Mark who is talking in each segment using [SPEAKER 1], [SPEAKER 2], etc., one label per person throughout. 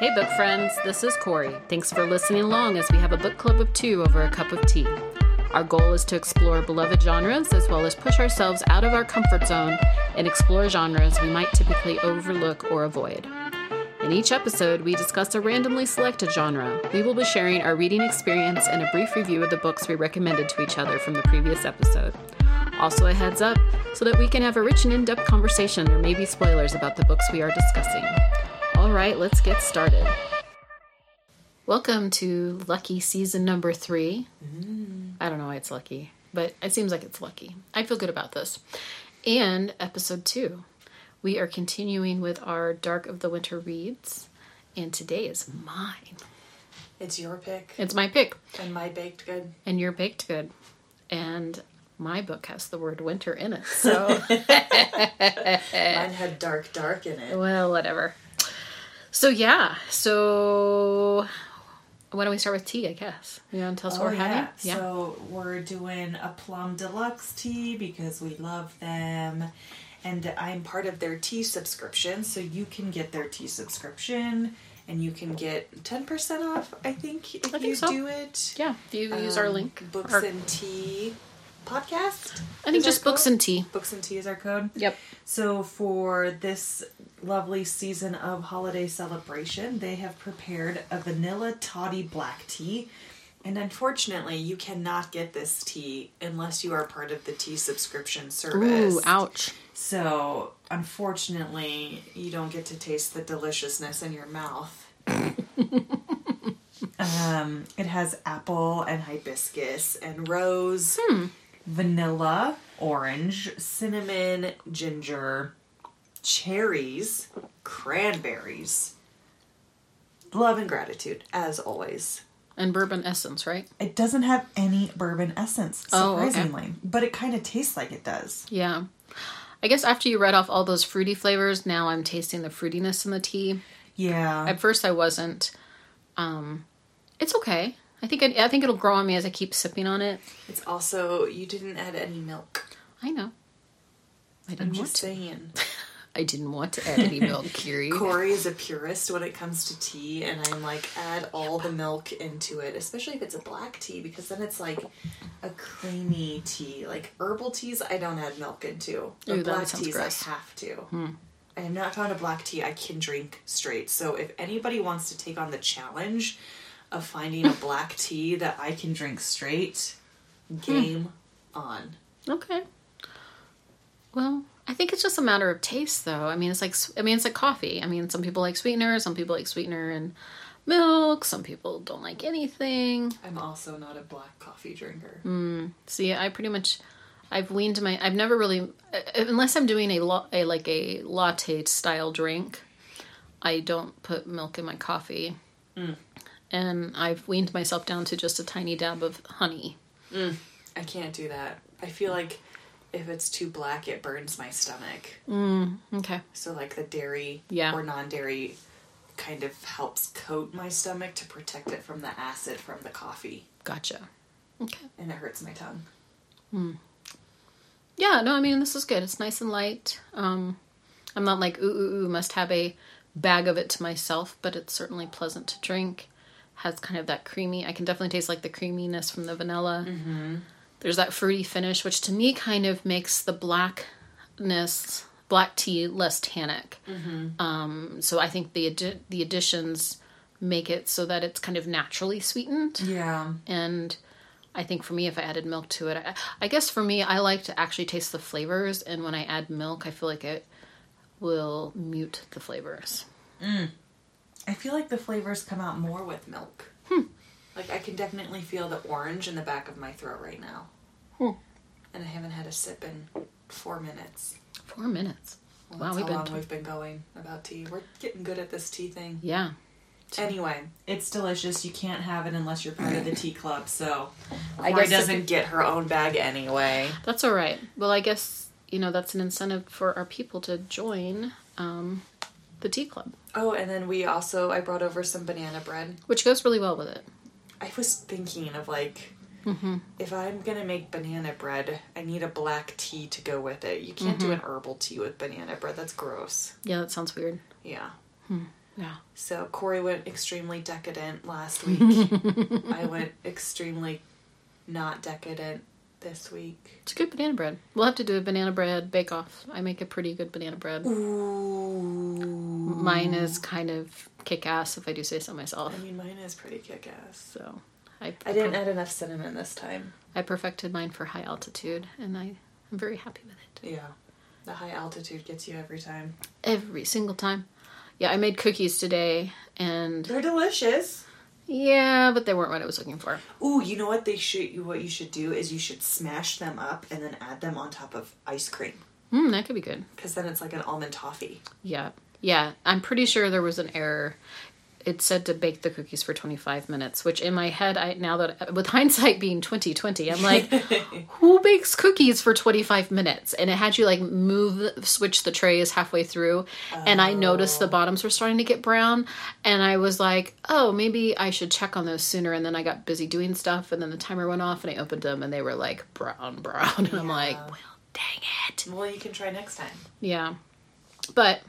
[SPEAKER 1] Hey, book friends, this is Corey. Thanks for listening along as we have a book club of two over a cup of tea. Our goal is to explore beloved genres as well as push ourselves out of our comfort zone and explore genres we might typically overlook or avoid. In each episode, we discuss a randomly selected genre. We will be sharing our reading experience and a brief review of the books we recommended to each other from the previous episode. Also, a heads up so that we can have a rich and in depth conversation or maybe spoilers about the books we are discussing. All right, let's get started. Welcome to Lucky Season Number Three. I don't know why it's lucky, but it seems like it's lucky. I feel good about this. And episode two, we are continuing with our Dark of the Winter reads, and today is mine.
[SPEAKER 2] It's your pick
[SPEAKER 1] It's my pick,
[SPEAKER 2] and my baked good.
[SPEAKER 1] and you're baked good, and my book has the word winter in it, so Eh.
[SPEAKER 2] Mine had dark, dark in it.
[SPEAKER 1] well, whatever. So yeah, so why don't we start with tea? I guess you want to tell us what we're having? Oh, Yeah.
[SPEAKER 3] Oh, So we're doing a plum deluxe tea because we love them. And I'm part of their tea subscription, so you can get their tea subscription and you can get 10% off, I think, if
[SPEAKER 1] think
[SPEAKER 3] you
[SPEAKER 1] so.
[SPEAKER 3] do it.
[SPEAKER 1] yeah, if you use our
[SPEAKER 3] Um,
[SPEAKER 1] link.
[SPEAKER 3] Books
[SPEAKER 1] Our-
[SPEAKER 3] and Tea podcast.
[SPEAKER 1] I think
[SPEAKER 3] is our
[SPEAKER 1] just books
[SPEAKER 3] code.
[SPEAKER 1] and tea.
[SPEAKER 3] Books and Tea is our code.
[SPEAKER 1] Yep.
[SPEAKER 3] So for this lovely season of holiday celebration, they have prepared a vanilla toddy black tea.
[SPEAKER 2] And unfortunately, you cannot get this tea unless you are part of the tea subscription service.
[SPEAKER 1] Ooh, ouch.
[SPEAKER 2] So, unfortunately, you don't get to taste the deliciousness in your mouth.
[SPEAKER 3] Um, it has apple and hibiscus and rose,
[SPEAKER 1] Hmm.
[SPEAKER 3] vanilla, orange, cinnamon, ginger,
[SPEAKER 2] Cherries, cranberries. Love and gratitude, as always.
[SPEAKER 1] And bourbon essence, right?
[SPEAKER 3] It doesn't have any bourbon essence,
[SPEAKER 1] Oh, okay.
[SPEAKER 3] surprisingly, but it kind of tastes like it does.
[SPEAKER 1] Yeah. I guess after you read off all those fruity flavors, now I'm tasting the fruitiness in the tea.
[SPEAKER 3] Yeah,
[SPEAKER 1] At first, I wasn't. Um, it's okay. I think it, I think it'll grow on me as I keep sipping on it.
[SPEAKER 2] It's also, you didn't add any milk.
[SPEAKER 1] I know. I
[SPEAKER 2] I'm
[SPEAKER 1] didn't want.
[SPEAKER 2] just
[SPEAKER 1] To,
[SPEAKER 2] saying.
[SPEAKER 1] I didn't want to add any milk, Curie.
[SPEAKER 2] Corey is a purist when it comes to tea, and I'm like, add all the milk into it, especially if it's a black tea, because then it's like a creamy tea. Like herbal teas, I don't add milk into. But
[SPEAKER 1] Ooh, that
[SPEAKER 2] black
[SPEAKER 1] sounds
[SPEAKER 2] teas,
[SPEAKER 1] gross. Hmm.
[SPEAKER 2] I have to. I have not found a black tea I can drink straight. So if anybody wants to take on the challenge of finding a black tea that I can drink straight,
[SPEAKER 1] Hmm.
[SPEAKER 2] game on.
[SPEAKER 1] Okay. Well, I think it's just a matter of taste, though. I mean, it's like I mean, it's like coffee. I mean, some people like sweetener, some people like sweetener and milk, some people don't like anything.
[SPEAKER 2] I'm also not a black coffee drinker.
[SPEAKER 1] See, I pretty much I've weaned my I've never really uh, unless I'm doing a, la- a like a latte style drink, I don't put milk in my coffee. And I've weaned myself down to just a tiny dab of honey.
[SPEAKER 2] I can't do that. I feel like if it's too black, it burns my stomach.
[SPEAKER 1] Okay.
[SPEAKER 2] So, like the dairy
[SPEAKER 1] Yeah.
[SPEAKER 2] or non dairy kind of helps coat my stomach to protect it from the acid from the coffee.
[SPEAKER 1] Gotcha. Okay.
[SPEAKER 2] And it hurts my tongue.
[SPEAKER 1] Yeah, no, I mean this is good. It's nice and light. Um I'm not like ooh ooh ooh must have a bag of it to myself, but it's certainly pleasant to drink. Has kind of that creamy. I can definitely taste like the creaminess from the vanilla. Mm-hmm. There's that fruity finish, which to me kind of makes the blackness black tea less tannic. Um, so I think the addi- the additions make it so that it's kind of naturally sweetened
[SPEAKER 3] yeah.
[SPEAKER 1] and I think for me, if I added milk to it, I, I guess for me, I like to actually taste the flavors, and when I add milk, I feel like it will mute the flavors.
[SPEAKER 3] I feel like the flavors come out more.
[SPEAKER 2] More with milk.
[SPEAKER 1] Hmm.
[SPEAKER 2] Like, I can definitely feel the orange in the back of my throat right now.
[SPEAKER 1] Hmm.
[SPEAKER 2] And I haven't had a sip in four minutes.
[SPEAKER 1] Four minutes.
[SPEAKER 2] Well,
[SPEAKER 1] wow,
[SPEAKER 2] that's
[SPEAKER 1] we've
[SPEAKER 2] how
[SPEAKER 1] been.
[SPEAKER 2] long we've been going about tea. We're getting good at this tea thing.
[SPEAKER 1] yeah,
[SPEAKER 2] Anyway,
[SPEAKER 3] It's delicious. You can't have it unless you're part of the tea club. So
[SPEAKER 2] Corey
[SPEAKER 3] guess if
[SPEAKER 2] doesn't get her own bag anyway.
[SPEAKER 1] that's all right. Well, I guess you know that's an incentive for our people to join um, the tea club,
[SPEAKER 2] Oh, and then we also I brought over some banana bread.
[SPEAKER 1] which goes really well with it.
[SPEAKER 2] I was thinking of like if I'm gonna make banana bread, I need a black tea to go with it. You can't do an herbal tea with banana bread. That's gross.
[SPEAKER 1] Yeah, that sounds weird.
[SPEAKER 2] Yeah.
[SPEAKER 1] Yeah.
[SPEAKER 2] So Corey went extremely decadent last week. I went extremely not decadent this week.
[SPEAKER 1] It's good banana bread. We'll have to do a banana bread bake off. I make a pretty good banana bread.
[SPEAKER 2] Ooh.
[SPEAKER 1] Mine is kind of kick ass if I do say so myself.
[SPEAKER 2] I mean, mine is pretty kick ass.
[SPEAKER 1] So I
[SPEAKER 2] I didn't add enough cinnamon this time.
[SPEAKER 1] I perfected mine for high altitude and I am very happy with it.
[SPEAKER 2] Yeah. The high altitude gets you every time.
[SPEAKER 1] Every single time. Yeah, I made cookies today and
[SPEAKER 2] They're delicious.
[SPEAKER 1] yeah, but they weren't what I was looking for.
[SPEAKER 2] Ooh, you know what they should what you should do is you should smash them up and then add them on top of ice cream
[SPEAKER 1] Hmm, that could be good.
[SPEAKER 2] cuz then it's like an almond toffee.
[SPEAKER 1] Yeah. Yeah. I'm pretty sure there was an error. It said to bake the cookies for 25 minutes, which in my head, I now that with hindsight being 2020, I'm like, who bakes cookies for 25 minutes? And it had you like move, switch the trays halfway through. And I noticed the bottoms were starting to get brown. And I was like, oh, maybe I should check on those sooner. And then I got busy doing stuff. And then the timer went off and I opened them and they were like brown, brown. And I'm like, well, dang it.
[SPEAKER 2] Well, you can try next time.
[SPEAKER 1] Yeah, but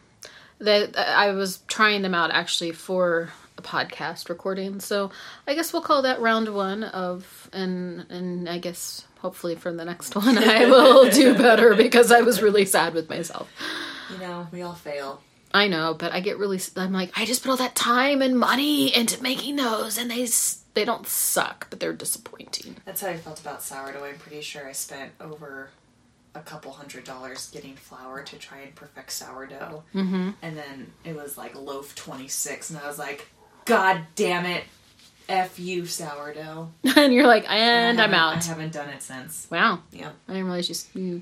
[SPEAKER 1] the I was trying them out actually for a podcast recording, so I guess we'll call that round one of and and I guess hopefully for the next one I will do better because I was really sad with myself.
[SPEAKER 2] You know, we all fail.
[SPEAKER 1] I know, but I get really s- I'm like I just put all that time and money into making those, and they s- they don't suck, but they're disappointing.
[SPEAKER 2] That's how I felt about sourdough. I'm pretty sure I spent over a couple hundred dollars getting flour to try and perfect sourdough. Mm-hmm. And then it was like loaf 26, and I was like, God damn it. F you, sourdough.
[SPEAKER 1] and you're like, and
[SPEAKER 2] I
[SPEAKER 1] I'm
[SPEAKER 2] haven't-
[SPEAKER 1] out.
[SPEAKER 2] I haven't done it since.
[SPEAKER 1] Wow,
[SPEAKER 2] Yeah.
[SPEAKER 1] I didn't realize you s- you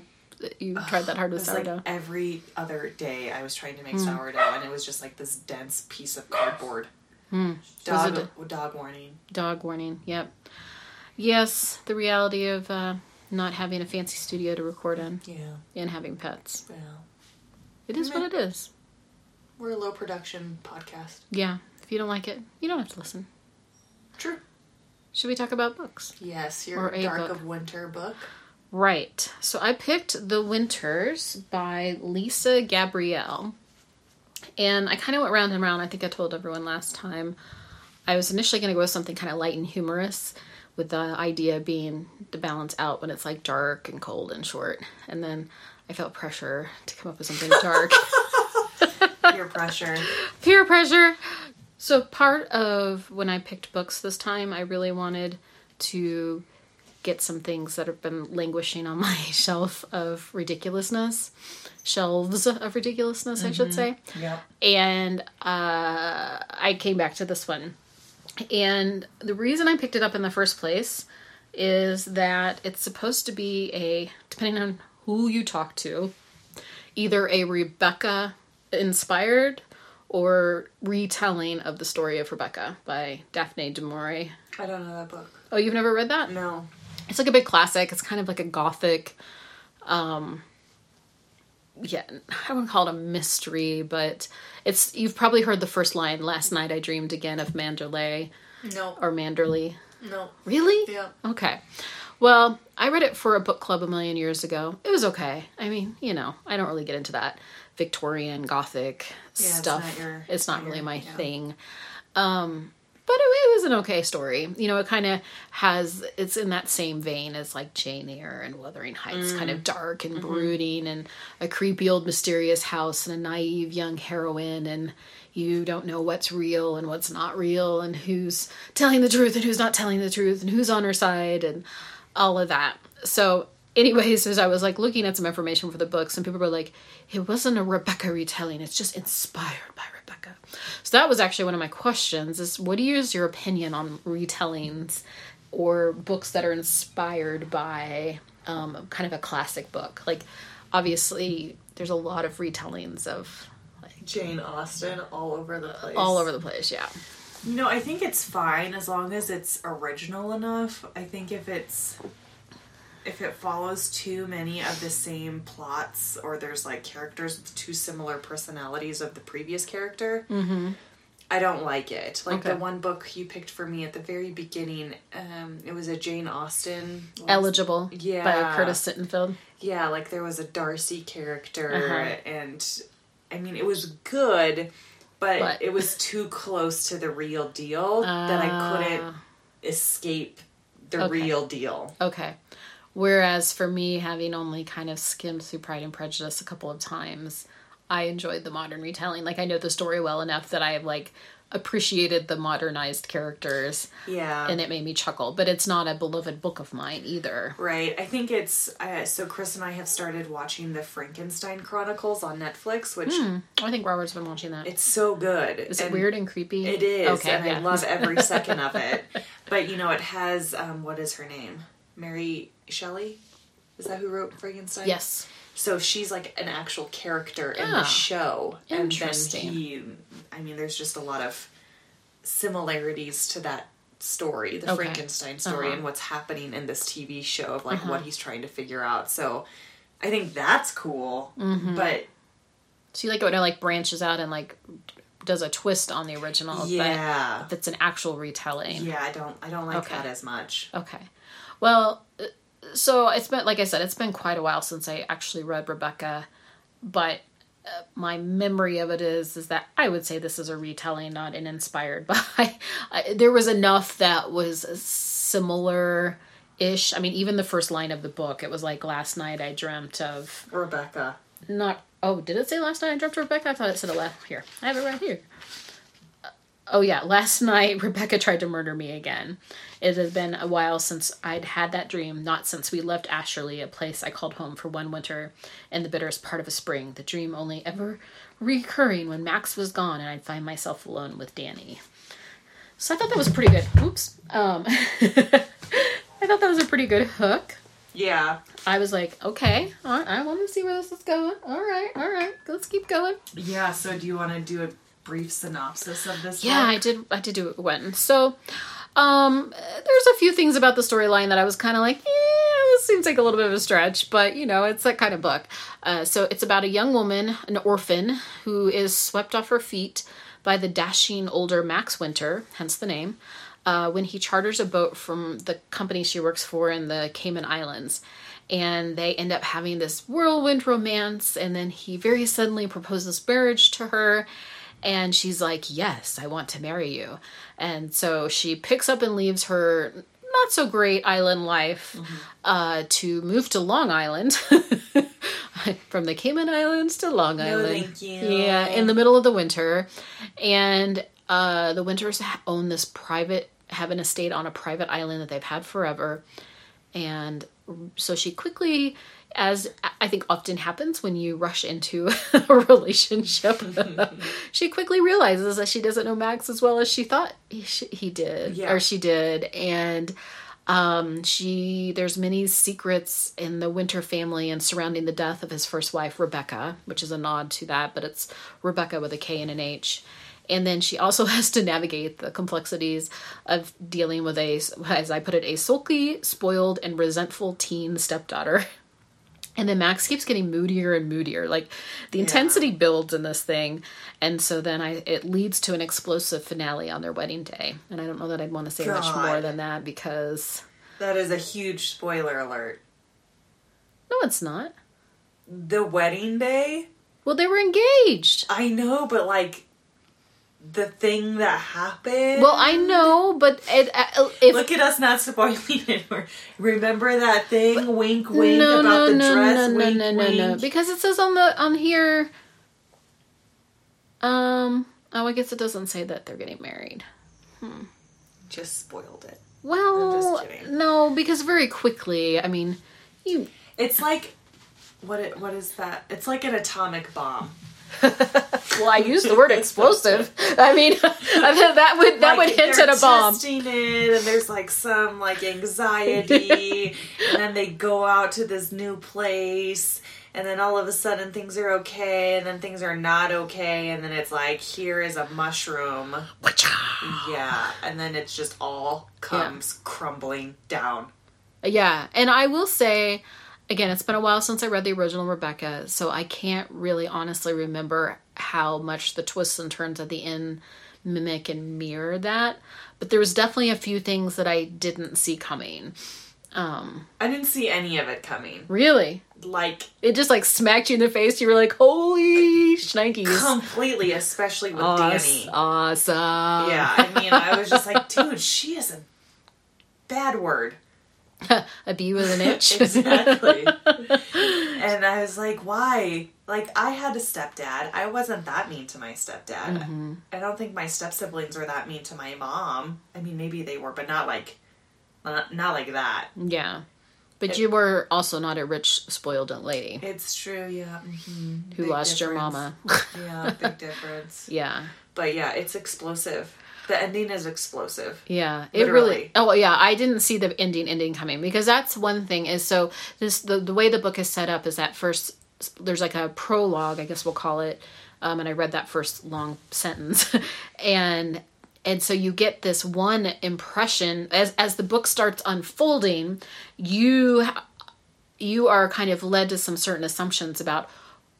[SPEAKER 1] you tried that hard
[SPEAKER 2] It
[SPEAKER 1] with
[SPEAKER 2] was
[SPEAKER 1] sourdough. Mm.
[SPEAKER 2] like every other day I was trying to make sourdough, and it was just like this dense piece of cardboard. Dog,
[SPEAKER 1] Mm. Was
[SPEAKER 2] dog warning.
[SPEAKER 1] dog warning. Yep. Yes, the reality of uh, not having a fancy studio to record in
[SPEAKER 2] Yeah.
[SPEAKER 1] and having pets.
[SPEAKER 2] Well,
[SPEAKER 1] It is what it is.
[SPEAKER 2] we're a low production podcast.
[SPEAKER 1] Yeah. If you don't like it, you don't have to listen.
[SPEAKER 2] True.
[SPEAKER 1] Should we talk about books?
[SPEAKER 2] Yes,
[SPEAKER 1] Or
[SPEAKER 2] your
[SPEAKER 1] a
[SPEAKER 2] Dark
[SPEAKER 1] book.
[SPEAKER 2] of Winter book.
[SPEAKER 1] Right. So I picked The Winters by Lisa Gabrielle. And I kind of went round and round. I think I told everyone last time. I was initially going to go with something kind of light and humorous, with the idea being to balance out when it's like dark and cold and short. And then I felt pressure to come up with something dark
[SPEAKER 2] Your pressure.
[SPEAKER 1] peer pressure. So part of when I picked books this time, I really wanted to get some things that have been languishing on my shelf of ridiculousness, shelves of ridiculousness, I should say.
[SPEAKER 2] Yep.
[SPEAKER 1] And uh, I came back to this one. And the reason I picked it up in the first place is that it's supposed to be a, depending on who you talk to, either a Rebecca inspired or retelling of the story of Rebecca by Daphne du Maurier.
[SPEAKER 2] I don't know that book.
[SPEAKER 1] Oh, you've never read that?
[SPEAKER 2] No.
[SPEAKER 1] It's like a big classic. It's kind of like a gothic, um, yeah, I wouldn't call it a mystery, but it's, you've probably heard the first line, last night I dreamed again of Mandalay
[SPEAKER 2] No.
[SPEAKER 1] or Manderley.
[SPEAKER 2] no.
[SPEAKER 1] Really?
[SPEAKER 2] Yeah.
[SPEAKER 1] Okay. Well, I read it for a book club a million years ago. It was okay. I mean, you know, I don't really get into that Victorian Gothic
[SPEAKER 2] it's
[SPEAKER 1] stuff.
[SPEAKER 2] not your-
[SPEAKER 1] It's not
[SPEAKER 2] your-
[SPEAKER 1] really my
[SPEAKER 2] yeah.
[SPEAKER 1] thing. Um, but it, it was an okay story. You know, it kind of has, it's in that same vein as like Jane Eyre and Wuthering Heights, kind of dark and brooding and a creepy old mysterious house and a naive young heroine and you don't know what's real and what's not real and who's telling the truth and who's not telling the truth and who's on her side and all of that. So, anyways, as I was like looking at some information for the books, and people were like, it wasn't a Rebecca retelling, it's just inspired by Rebecca. So, that was actually one of my questions is what is your opinion on retellings or books that are inspired by um, kind of a classic book? Like, obviously, there's a lot of retellings of like
[SPEAKER 2] Jane Austen all over the place.
[SPEAKER 1] all over the place, yeah.
[SPEAKER 2] You know, I think it's fine as long as it's original enough. I think if it's if it follows too many of the same plots or there's like characters with too similar personalities of the previous character, I don't like it. Like
[SPEAKER 1] Mm-hmm.
[SPEAKER 2] the
[SPEAKER 1] Okay.
[SPEAKER 2] one book you picked for me at the very beginning, um, it was a Jane Austen.
[SPEAKER 1] Eligible by
[SPEAKER 2] Yeah.
[SPEAKER 1] Curtis Sittenfeld.
[SPEAKER 2] Yeah, like there was a Darcy character,
[SPEAKER 1] Uh-huh.
[SPEAKER 2] and I mean, it was good, but,
[SPEAKER 1] But-
[SPEAKER 2] it was too close to the real deal that I couldn't escape the
[SPEAKER 1] Ah. Okay.
[SPEAKER 2] real deal.
[SPEAKER 1] Okay. Whereas for me, having only kind of skimmed through Pride and Prejudice a couple of times, I enjoyed the modern retelling. Like I know the story well enough that I have like appreciated the modernized characters
[SPEAKER 2] Yeah.
[SPEAKER 1] and it made me chuckle. But it's not a beloved book of mine either.
[SPEAKER 2] Right. I think it's uh, so. Chris and I have started watching the Frankenstein Chronicles on Netflix, which
[SPEAKER 1] I think Robert's been watching that.
[SPEAKER 2] it's so good.
[SPEAKER 1] Hmm. Is it
[SPEAKER 2] And
[SPEAKER 1] weird and creepy?
[SPEAKER 2] It is,
[SPEAKER 1] Okay,
[SPEAKER 2] and
[SPEAKER 1] yeah.
[SPEAKER 2] I love every second of it. But you know, it has um, what is her name? Mary Shelley. Is that who wrote Frankenstein?
[SPEAKER 1] Yes.
[SPEAKER 2] So she's like an actual character in
[SPEAKER 1] Ah,
[SPEAKER 2] the show.
[SPEAKER 1] interesting.
[SPEAKER 2] And then he, I mean, there's just a lot of similarities to that story, the
[SPEAKER 1] Okay.
[SPEAKER 2] Frankenstein story,
[SPEAKER 1] Uh-huh.
[SPEAKER 2] and what's happening in this TV show of like what he's trying to figure out. So I think that's cool.
[SPEAKER 1] Mm-hmm.
[SPEAKER 2] But
[SPEAKER 1] So you like it when it like branches out and like does a twist on the original,
[SPEAKER 2] yeah,
[SPEAKER 1] but that's an actual retelling.
[SPEAKER 2] yeah, I don't, I don't like
[SPEAKER 1] Okay.
[SPEAKER 2] that as much.
[SPEAKER 1] Okay. Well, uh, so it's been, like I said, it's been quite a while since I actually read Rebecca, but uh, my memory of it is is that I would say this is a retelling, not an inspired by. I, there was enough that was similar ish. I mean, even the first line of the book, it was like, last night I dreamt of
[SPEAKER 2] Rebecca.
[SPEAKER 1] not oh did it say last night i dreamt of rebecca i thought it said it last here i have it right here Uh, oh yeah last night rebecca tried to murder me again it had been a while since i'd had that dream not since we left asherley a place i called home for one winter and the bitterest part of a spring the dream only ever recurring when max was gone and i'd find myself alone with danny so i thought that was pretty good oops um i thought that was a pretty good hook
[SPEAKER 2] Yeah,
[SPEAKER 1] I was like, okay, all right, I want to see where this is going. All right, all right, let's keep going.
[SPEAKER 3] Yeah, so do you want to do a brief synopsis of this
[SPEAKER 1] Yeah, I
[SPEAKER 3] book?
[SPEAKER 1] did. I did do it when. So, um, there's a few things about the storyline that I was kind of like, yeah, this seems like a little bit of a stretch, but you know, it's that kind of book. Uh, so it's about a young woman, an orphan, who is swept off her feet by the dashing older Max Winter, hence the name. Uh, when he charters a boat from the company she works for in the Cayman Islands. And they end up having this whirlwind romance, and then he very suddenly proposes marriage to her. And she's like, Yes, I want to marry you. And so she picks up and leaves her not so great island life
[SPEAKER 2] Mm-hmm.
[SPEAKER 1] uh, to move to Long Island. From the Cayman Islands to Long Island.
[SPEAKER 2] thank you.
[SPEAKER 1] Yeah, in the middle of the winter. And uh, the Winters ha- own this private, have an estate on a private island that they've had forever. And so she quickly, as I think often happens when you rush into a relationship, she quickly realizes that she doesn't know Max as well as she thought he, she, he did
[SPEAKER 2] Yeah.
[SPEAKER 1] or she did. And um, she there's many secrets in the Winter family and surrounding the death of his first wife Rebecca, which is a nod to that, but it's Rebecca with a K and an H. And then she also has to navigate the complexities of dealing with a, as I put it, a sulky, spoiled, and resentful teen stepdaughter. And then Max keeps getting moodier and moodier. Like the intensity builds in this thing, and so then I it leads to an explosive finale on their wedding day. And I don't know that I'd want to say much more
[SPEAKER 2] God.
[SPEAKER 1] than that because
[SPEAKER 2] that is a huge spoiler alert.
[SPEAKER 1] no, it's not.
[SPEAKER 2] The wedding day.
[SPEAKER 1] Well, they were engaged.
[SPEAKER 2] I know, but like the thing that happened.
[SPEAKER 1] Well, I know, but it, uh, if
[SPEAKER 2] look at us not spoiling it. Or remember that thing? wink, wink
[SPEAKER 1] no,
[SPEAKER 2] about
[SPEAKER 1] no,
[SPEAKER 2] the
[SPEAKER 1] no,
[SPEAKER 2] dress.
[SPEAKER 1] no, no,
[SPEAKER 2] wink,
[SPEAKER 1] no,
[SPEAKER 2] wink.
[SPEAKER 1] no, no, because it says on the on here. Um. Oh, I guess it doesn't say that they're getting married.
[SPEAKER 2] Just spoiled it.
[SPEAKER 1] Well,
[SPEAKER 2] kidding.
[SPEAKER 1] no, because very quickly. I mean, you
[SPEAKER 2] It's like what? It, what is that? It's like an atomic bomb.
[SPEAKER 1] Well, I used the word explosive. I mean, that would that would
[SPEAKER 2] Like,
[SPEAKER 1] hint
[SPEAKER 2] they're
[SPEAKER 1] at a bomb.
[SPEAKER 2] Testing it, and there's like some like anxiety, and then they go out to this new place, and then all of a sudden things are okay, and then things are not okay, and then it's like here is a mushroom, yeah, and then it's just all comes crumbling down.
[SPEAKER 1] Yeah, and I will say, again, it's been a while since I read the original Rebecca, so I can't really honestly remember how much the twists and turns at the end mimic and mirror that. But there was definitely a few things that I didn't see coming. Um,
[SPEAKER 2] I didn't see any of it coming.
[SPEAKER 1] really?
[SPEAKER 2] Like
[SPEAKER 1] It just like smacked you in the face. You were like, holy shnikes.
[SPEAKER 2] completely, especially with Danny.
[SPEAKER 1] Awesome. awesome.
[SPEAKER 2] Yeah, I mean, I was just like, dude, she is a bad word.
[SPEAKER 1] a bee with an itch.
[SPEAKER 2] Exactly. and I was like, why? Like, I had a stepdad. I wasn't that mean to my stepdad. I don't think my step siblings were that mean to my mom. I mean, maybe they were, but not like, not, not like that.
[SPEAKER 1] yeah. But you were also not a rich, spoiled lady
[SPEAKER 2] It's true, yeah. mhm.
[SPEAKER 1] who
[SPEAKER 2] Big
[SPEAKER 1] lost your
[SPEAKER 2] difference.
[SPEAKER 1] mama.
[SPEAKER 2] yeah, big difference.
[SPEAKER 1] yeah.
[SPEAKER 2] But yeah, it's explosive. The ending is explosive.
[SPEAKER 1] Yeah, it really.
[SPEAKER 2] Literally.
[SPEAKER 1] Oh, yeah. I didn't see the ending ending coming because that's one thing. Is so this the the way the book is set up is that first there's like a prologue, I guess we'll call it, um, and I read that first long sentence, and and so you get this one impression as as the book starts unfolding, you you are kind of led to some certain assumptions about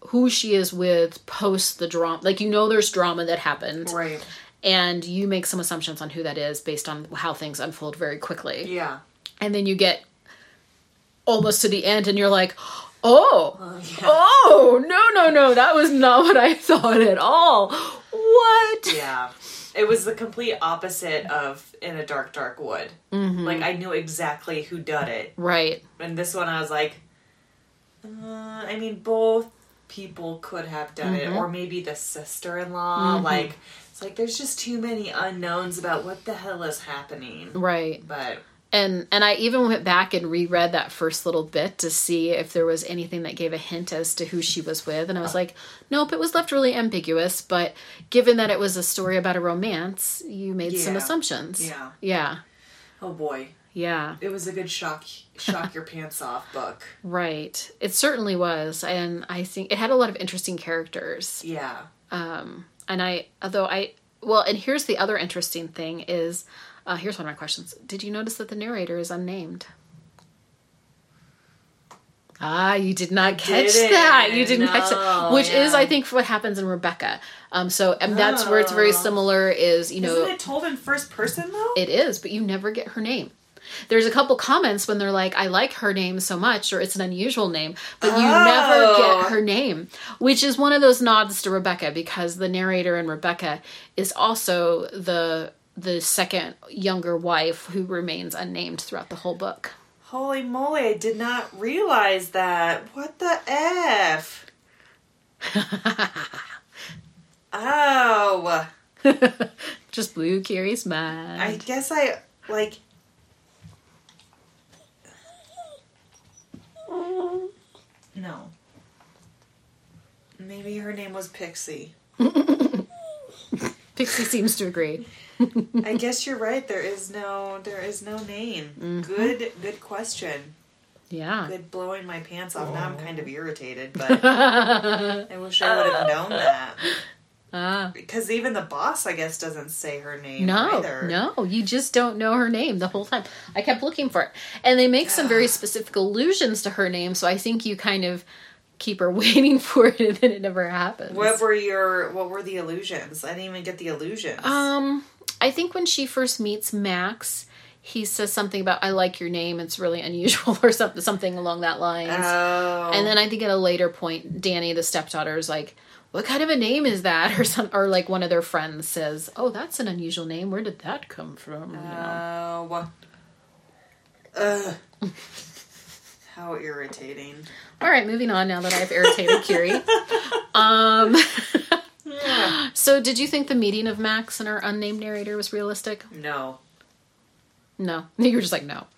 [SPEAKER 1] who she is with post the drama. Like you know, there's drama that happened,
[SPEAKER 2] Right.
[SPEAKER 1] and you make some assumptions on who that is based on how things unfold very quickly.
[SPEAKER 2] Yeah.
[SPEAKER 1] And then you get almost to the end and you're like, "Oh.
[SPEAKER 2] yeah.
[SPEAKER 1] Oh, no, no, no. That was not what I thought at all." What?
[SPEAKER 2] Yeah. It was the complete opposite of In a Dark, Dark Wood. Like, I knew exactly who done it.
[SPEAKER 1] Right.
[SPEAKER 2] And this one, I was like, uh, I mean, both people could have done it, or maybe the sister in law. Like, it's like there's just too many unknowns about what the hell is happening.
[SPEAKER 1] Right.
[SPEAKER 2] But
[SPEAKER 1] And and I even went back and reread that first little bit to see if there was anything that gave a hint as to who she was with, and I was like, nope, it was left really ambiguous. But given that it was a story about a romance, you made some
[SPEAKER 2] Yeah.
[SPEAKER 1] assumptions.
[SPEAKER 2] Yeah.
[SPEAKER 1] Yeah.
[SPEAKER 2] oh boy,
[SPEAKER 1] Yeah.
[SPEAKER 2] it was a good shock, shock your pants off book.
[SPEAKER 1] Right. It certainly was, and I think it had a lot of interesting characters.
[SPEAKER 2] Yeah.
[SPEAKER 1] Um, and I, although I, well, and here's the other interesting thing is, uh, here's one of my questions. Did you notice that the narrator is unnamed? Ah, you did not catch that. You didn't
[SPEAKER 2] didn't.
[SPEAKER 1] catch that,
[SPEAKER 2] No,
[SPEAKER 1] which is,
[SPEAKER 2] yeah.
[SPEAKER 1] I think, what happens in Rebecca. Um, so and that's where it's very similar. Is you know,
[SPEAKER 3] Isn't it told in first person though?
[SPEAKER 1] it is, but you never get her name. There's a couple comments when they're like, I like her name so much, or it's an unusual name, but you never get her name, which is one of those nods to Rebecca because the narrator in Rebecca is also the the second younger wife who remains unnamed throughout the whole book.
[SPEAKER 2] Holy moly, I did not realize that. What the F? oh,
[SPEAKER 1] Just blew Carrie's mind.
[SPEAKER 2] I guess I, like.
[SPEAKER 3] No.
[SPEAKER 2] Maybe her name was Pixie.
[SPEAKER 1] Pixie seems to agree.
[SPEAKER 2] I guess you're right. There is no, there is no name. Good, good question.
[SPEAKER 1] Yeah.
[SPEAKER 2] Good blowing my pants off. Now I'm kind of irritated, but I wish I would have known that.
[SPEAKER 1] Ah.
[SPEAKER 2] Because even the boss, I guess, doesn't say her name
[SPEAKER 1] No,
[SPEAKER 2] either.
[SPEAKER 1] no, you just don't know her name the whole time. I kept looking for it. And they make some very specific allusions to her name, so I think you kind of keep her waiting for it and then it never happens.
[SPEAKER 2] What were your what were the illusions? I didn't even get the illusions.
[SPEAKER 1] Um, I think when she first meets Max, he says something about I like your name, it's really unusual or something something along that lines.
[SPEAKER 2] oh,
[SPEAKER 1] and then I think at a later point, Danny, the stepdaughter, is like, "What kind of a name is that?" or some, or like one of their friends says, "Oh, that's an unusual name. Where did that come from?" You know.
[SPEAKER 2] oh, Ugh. how irritating!
[SPEAKER 1] All right, moving on now that I've irritated Curie. Um, so, did you think the meeting of Max and our unnamed narrator was realistic?
[SPEAKER 2] No,
[SPEAKER 1] No. You were just like, no.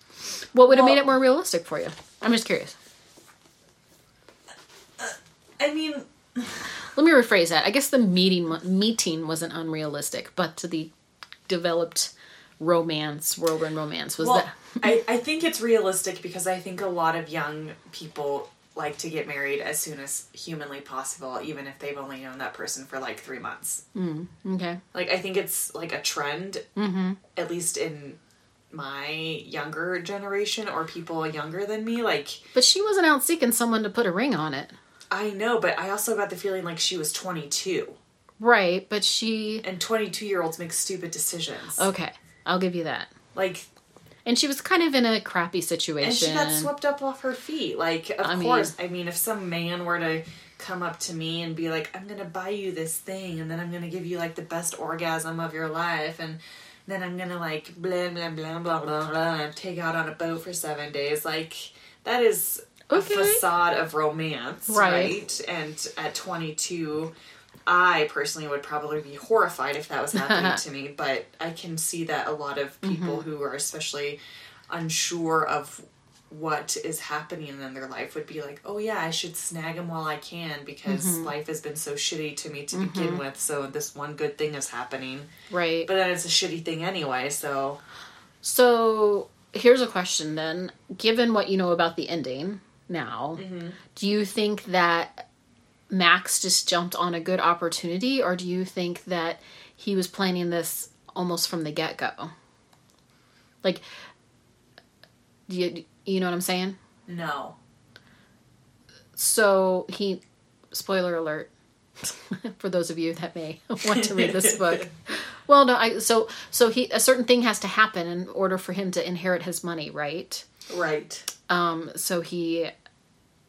[SPEAKER 1] What would have made
[SPEAKER 2] Well-
[SPEAKER 1] it more realistic for you? I'm just curious.
[SPEAKER 2] I mean,
[SPEAKER 1] Let me rephrase that. I guess the meeting wa- meeting wasn't unrealistic, but to the developed romance, whirlwind romance, was
[SPEAKER 2] well,
[SPEAKER 1] that
[SPEAKER 2] I I think it's realistic because I think a lot of young people like to get married as soon as humanly possible, even if they've only known that person for like three months.
[SPEAKER 1] okay?
[SPEAKER 2] Like I think it's like a trend, at least in my younger generation or people younger than me, like.
[SPEAKER 1] But she wasn't out seeking someone to put a ring on it,
[SPEAKER 2] I know, but I also got the feeling like she was 22,
[SPEAKER 1] right? But she Oh.
[SPEAKER 2] and 22 year olds make stupid decisions.
[SPEAKER 1] okay. I'll give you that.
[SPEAKER 2] Like,
[SPEAKER 1] And she was kind of in a crappy
[SPEAKER 2] And
[SPEAKER 1] situation.
[SPEAKER 2] she got swept up off her feet. Like, of
[SPEAKER 1] I mean-
[SPEAKER 2] course. I mean, if some man were to come up to me and be like, I'm going to buy you this thing, and then I'm going to give you, like, the best orgasm of your life, and then I'm going to, like, blah, blah, blah, blah, blah, blah, and take out on a boat for seven days. Like, that is
[SPEAKER 1] Okay.
[SPEAKER 2] a facade of romance,
[SPEAKER 1] Right.
[SPEAKER 2] right? And at 22, I personally would probably be horrified if that was happening to me, but I can see that a lot of people who are especially unsure of what is happening in their life would be like, oh yeah, I should snag him while I can because life has been so shitty to me to begin with, so this one good thing is happening.
[SPEAKER 1] right.
[SPEAKER 2] But then it's a shitty thing anyway, so.
[SPEAKER 1] So here's a question then. Given what you know about the ending now, do you think that Max just jumped on a good opportunity, or do you think that he was planning this almost from the get go? Like, do you, you know what I'm saying?
[SPEAKER 2] No.
[SPEAKER 1] So he, spoiler alert, for those of you that may want to read this book. Well, no, I so so he a certain thing has to happen in order for him to inherit his money, right?
[SPEAKER 2] Right.
[SPEAKER 1] Um, so he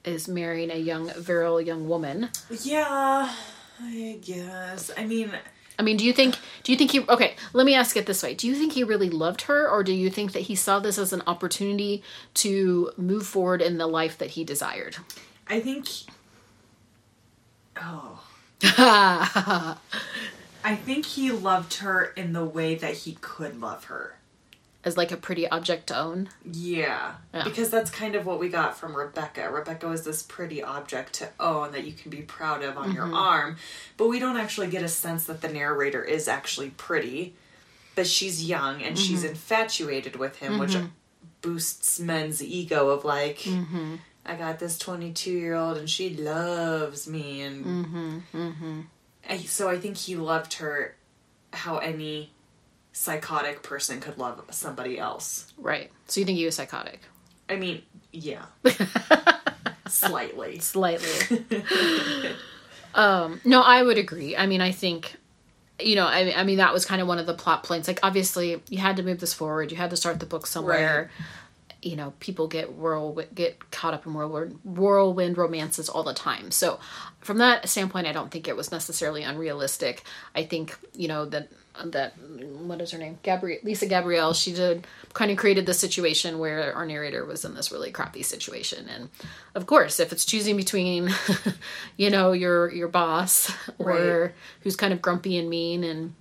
[SPEAKER 1] is marrying a young virile young woman.
[SPEAKER 2] Yeah, I guess. I mean,
[SPEAKER 1] I mean, do you think do you think he okay, let me ask it this way. Do you think he really loved her or do you think that he saw this as an opportunity to move forward in the life that he desired?
[SPEAKER 2] I think. Oh.
[SPEAKER 3] I think he loved her in the way that he could love her.
[SPEAKER 1] As like a pretty object to own?
[SPEAKER 2] Yeah.
[SPEAKER 1] Yeah.
[SPEAKER 2] Because that's kind of what we got from Rebecca. Rebecca was this pretty object to own that you can be proud of on your arm, but we don't actually get a sense that the narrator is actually pretty. But she's young and she's infatuated with him, which boosts men's ego of like, I got this 22 year old and she loves me. And I- so I think he loved her how any psychotic person could love somebody else.
[SPEAKER 1] Right. So you think he was psychotic?
[SPEAKER 2] I mean, yeah. Slightly.
[SPEAKER 1] slightly. um, no, I would agree. I mean, I think, you know, I, I mean, that was kind of one of the plot points. Like, obviously, you had to move this forward. You had to start the book somewhere. You know, people get whirl get caught up in whirlwind whirlwind romances all the time. So, from that standpoint, I don't think it was necessarily unrealistic. I think you know that that what is her name, Gabrielle, Lisa Gabrielle. She did kind of created the situation where our narrator was in this really crappy situation, and of course, if it's choosing between, you know, your your boss or who's kind of grumpy and mean and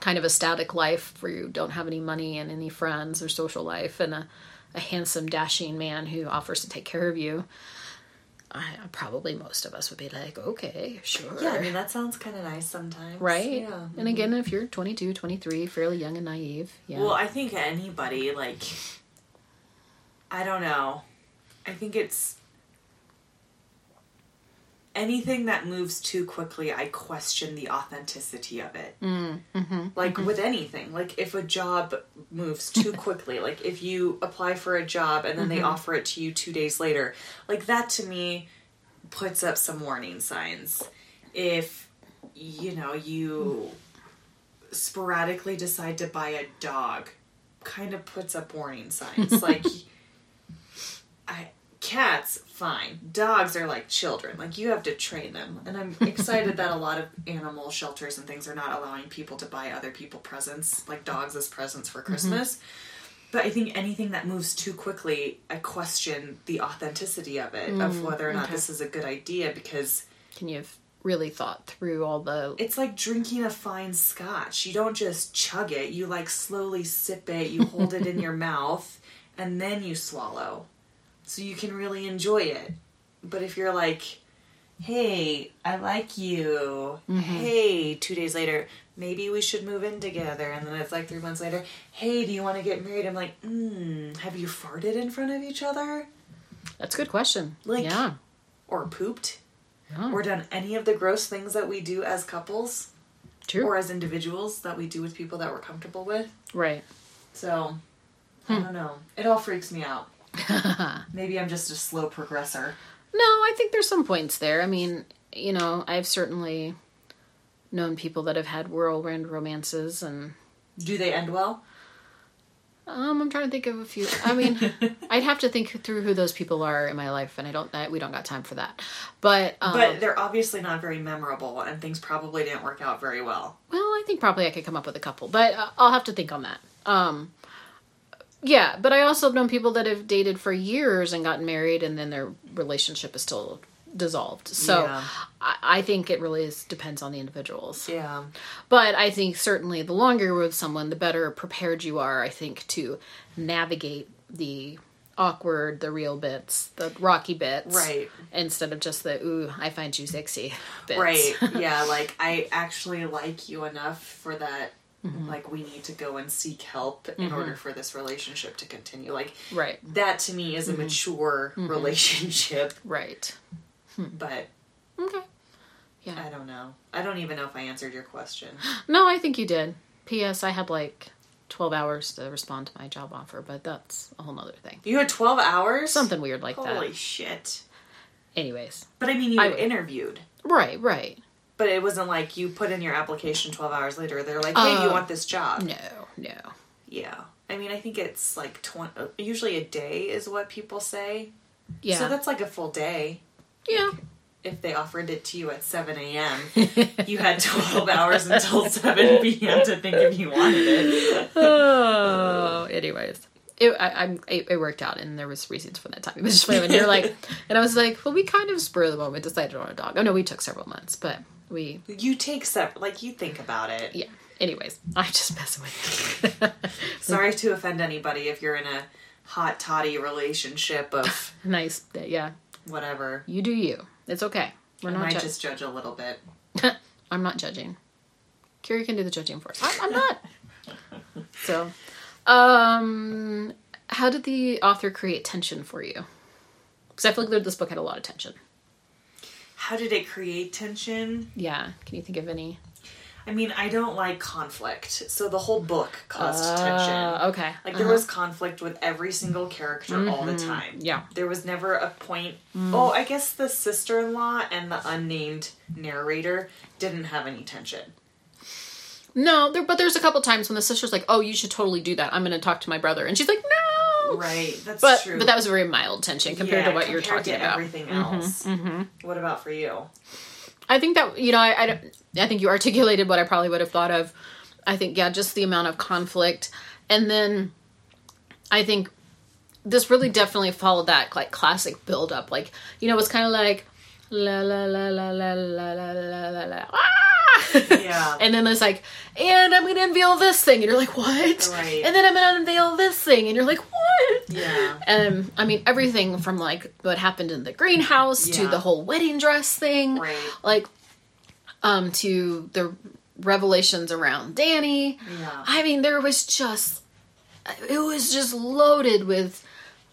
[SPEAKER 1] kind of a static life where you don't have any money and any friends or social life and a, a handsome dashing man who offers to take care of you I, probably most of us would be like okay sure
[SPEAKER 2] Yeah, I mean, that sounds kind of nice sometimes.
[SPEAKER 1] right
[SPEAKER 2] Yeah. mm-hmm.
[SPEAKER 1] and again if you're 22 23 fairly young and naive yeah
[SPEAKER 2] Well, I think anybody, like, I don't know. I think it's anything that moves too quickly, I question the authenticity of it. Like with anything, like if a job moves too quickly, like if you apply for a job and then they offer it to you two days later, like that to me puts up some warning signs. If you know you sporadically decide to buy a dog, kind of puts up warning signs. like I cats fine dogs are like children like you have to train them and i'm excited that a lot of animal shelters and things are not allowing people to buy other people presents like dogs as presents for christmas but i think anything that moves too quickly i question the authenticity of it of whether or not this is a good idea because
[SPEAKER 1] can you have really thought through all the
[SPEAKER 2] it's like drinking a fine scotch. You don't just chug it, you like slowly sip it, you hold it in your mouth, and then you swallow. So you can really enjoy it. But if you're like, hey, I like you, hey, two days later, maybe we should move in together. And then it's like three months later, hey, do you want to get married? I'm like, mm, have you farted in front of each other?
[SPEAKER 1] that's a good question
[SPEAKER 2] Like-
[SPEAKER 1] yeah
[SPEAKER 2] Or pooped?
[SPEAKER 1] Oh.
[SPEAKER 2] Or done any of the gross things that we do as couples?
[SPEAKER 1] true
[SPEAKER 2] or as individuals that we do with people that we're comfortable with.
[SPEAKER 1] right
[SPEAKER 2] So I don't know. It all freaks me out. Maybe I'm just a slow progressor.
[SPEAKER 1] No, I think there's some points there. I mean, you know, I've certainly known people that have had whirlwind romances and
[SPEAKER 2] Do they end well?
[SPEAKER 1] Um, I'm trying to think of a few. I mean, I'd have to think through who those people are in my life, and I don't. I, we don't got time for that. But um,
[SPEAKER 2] But they're obviously not very memorable, and things probably didn't work out very well.
[SPEAKER 1] well, I think probably I could come up with a couple, but uh, I'll have to think on that. Um, yeah, but I also have known people that have dated for years and gotten married, and then their relationship is still dissolved. So
[SPEAKER 2] Yeah.
[SPEAKER 1] I, I think it really is, depends on the individuals.
[SPEAKER 2] Yeah.
[SPEAKER 1] But I think certainly the longer you're with someone, the better prepared you are, I think, to navigate the awkward, the real bits, the rocky bits.
[SPEAKER 2] Right.
[SPEAKER 1] Instead of just the, ooh, I find you sexy bits.
[SPEAKER 2] Right. Yeah. Like I actually like you enough for that. Like we need to go and seek help in order for this relationship to continue. Like
[SPEAKER 1] Right.
[SPEAKER 2] that to me is a mature relationship,
[SPEAKER 1] Right.
[SPEAKER 2] but
[SPEAKER 1] Okay.
[SPEAKER 2] I don't know. I don't even know if I answered your question.
[SPEAKER 1] No, I think you did. P.S. I had like 12 hours to respond to my job offer, but that's a whole nother thing.
[SPEAKER 2] You had 12 hours?
[SPEAKER 1] Something weird like
[SPEAKER 2] Holy
[SPEAKER 1] that.
[SPEAKER 2] shit.
[SPEAKER 1] Anyways.
[SPEAKER 2] But I mean, you
[SPEAKER 1] I-
[SPEAKER 2] interviewed.
[SPEAKER 1] Right, right.
[SPEAKER 2] But it wasn't like you put in your application 12 hours later. They're like, hey, you
[SPEAKER 1] Uh,
[SPEAKER 2] want this job?
[SPEAKER 1] No, no.
[SPEAKER 2] Yeah. I mean, I think it's like 20, usually a day is what people say.
[SPEAKER 1] Yeah.
[SPEAKER 2] So that's like a full day.
[SPEAKER 1] yeah.
[SPEAKER 2] If they offered it to you at 7 a.m., you had 12 hours until 7 p.m. to think if you wanted it.
[SPEAKER 1] oh, anyways. It, I, I'm, it, it worked out, and there was reasons for that time. It was just funny when you're like, and I was like, well, we kind of spur of the moment decided on a dog. Oh no, we took several months, but we,
[SPEAKER 2] You take separate, like, you think about it.
[SPEAKER 1] yeah. Anyways, I'm just messing with you.
[SPEAKER 2] Sorry to offend anybody if you're in a hot toddy relationship of
[SPEAKER 1] nice, yeah.
[SPEAKER 2] whatever.
[SPEAKER 1] You do you. It's okay. We're
[SPEAKER 2] I
[SPEAKER 1] not.
[SPEAKER 2] might
[SPEAKER 1] Ju-
[SPEAKER 2] just judge a little bit.
[SPEAKER 1] I'm not judging. Kiri can do the judging for us. I'm, I'm not. so, um, how did the author create tension for you? Because I feel like this book had a lot of tension.
[SPEAKER 2] How did it create tension?
[SPEAKER 1] Yeah. Can you think of any?
[SPEAKER 2] I mean, I don't like conflict, so the whole book caused
[SPEAKER 1] Uh,
[SPEAKER 2] tension.
[SPEAKER 1] okay. Uh-huh.
[SPEAKER 2] Like there was conflict with every single character all the time.
[SPEAKER 1] Mm-hmm. Yeah. Mm.
[SPEAKER 2] There was never a point. Oh, I guess the sister-in-law and the unnamed narrator didn't have any tension.
[SPEAKER 1] No, there, but there's a couple times when the sister's like, "Oh, you should totally do that. I'm going to talk to my brother," and she's like, "No."
[SPEAKER 2] Right. That's
[SPEAKER 1] But
[SPEAKER 2] true.
[SPEAKER 1] but that was a very mild tension compared
[SPEAKER 2] Yeah,
[SPEAKER 1] to what you're
[SPEAKER 2] compared
[SPEAKER 1] talking
[SPEAKER 2] to
[SPEAKER 1] about. Mm-hmm.
[SPEAKER 2] Everything else. What about for you?
[SPEAKER 1] I think that you know, I, I don't. I think you articulated what I probably would have thought of. I think yeah, just the amount of conflict, and then I think this really definitely followed that like classic build up. Like you know, it was kind of like la la la la la la la la la la. Ah!
[SPEAKER 2] Yeah.
[SPEAKER 1] and then it's like, and I'm gonna unveil this thing, and you're like, what?
[SPEAKER 2] Right.
[SPEAKER 1] And then I'm gonna unveil this thing, and you're like, what?
[SPEAKER 2] Yeah.
[SPEAKER 1] Um, I mean, everything from like what happened in the greenhouse to
[SPEAKER 2] Yeah.
[SPEAKER 1] the whole wedding dress thing,
[SPEAKER 2] Right.
[SPEAKER 1] like, um, to the revelations around Danny.
[SPEAKER 2] Yeah.
[SPEAKER 1] I mean, there was just it was just loaded with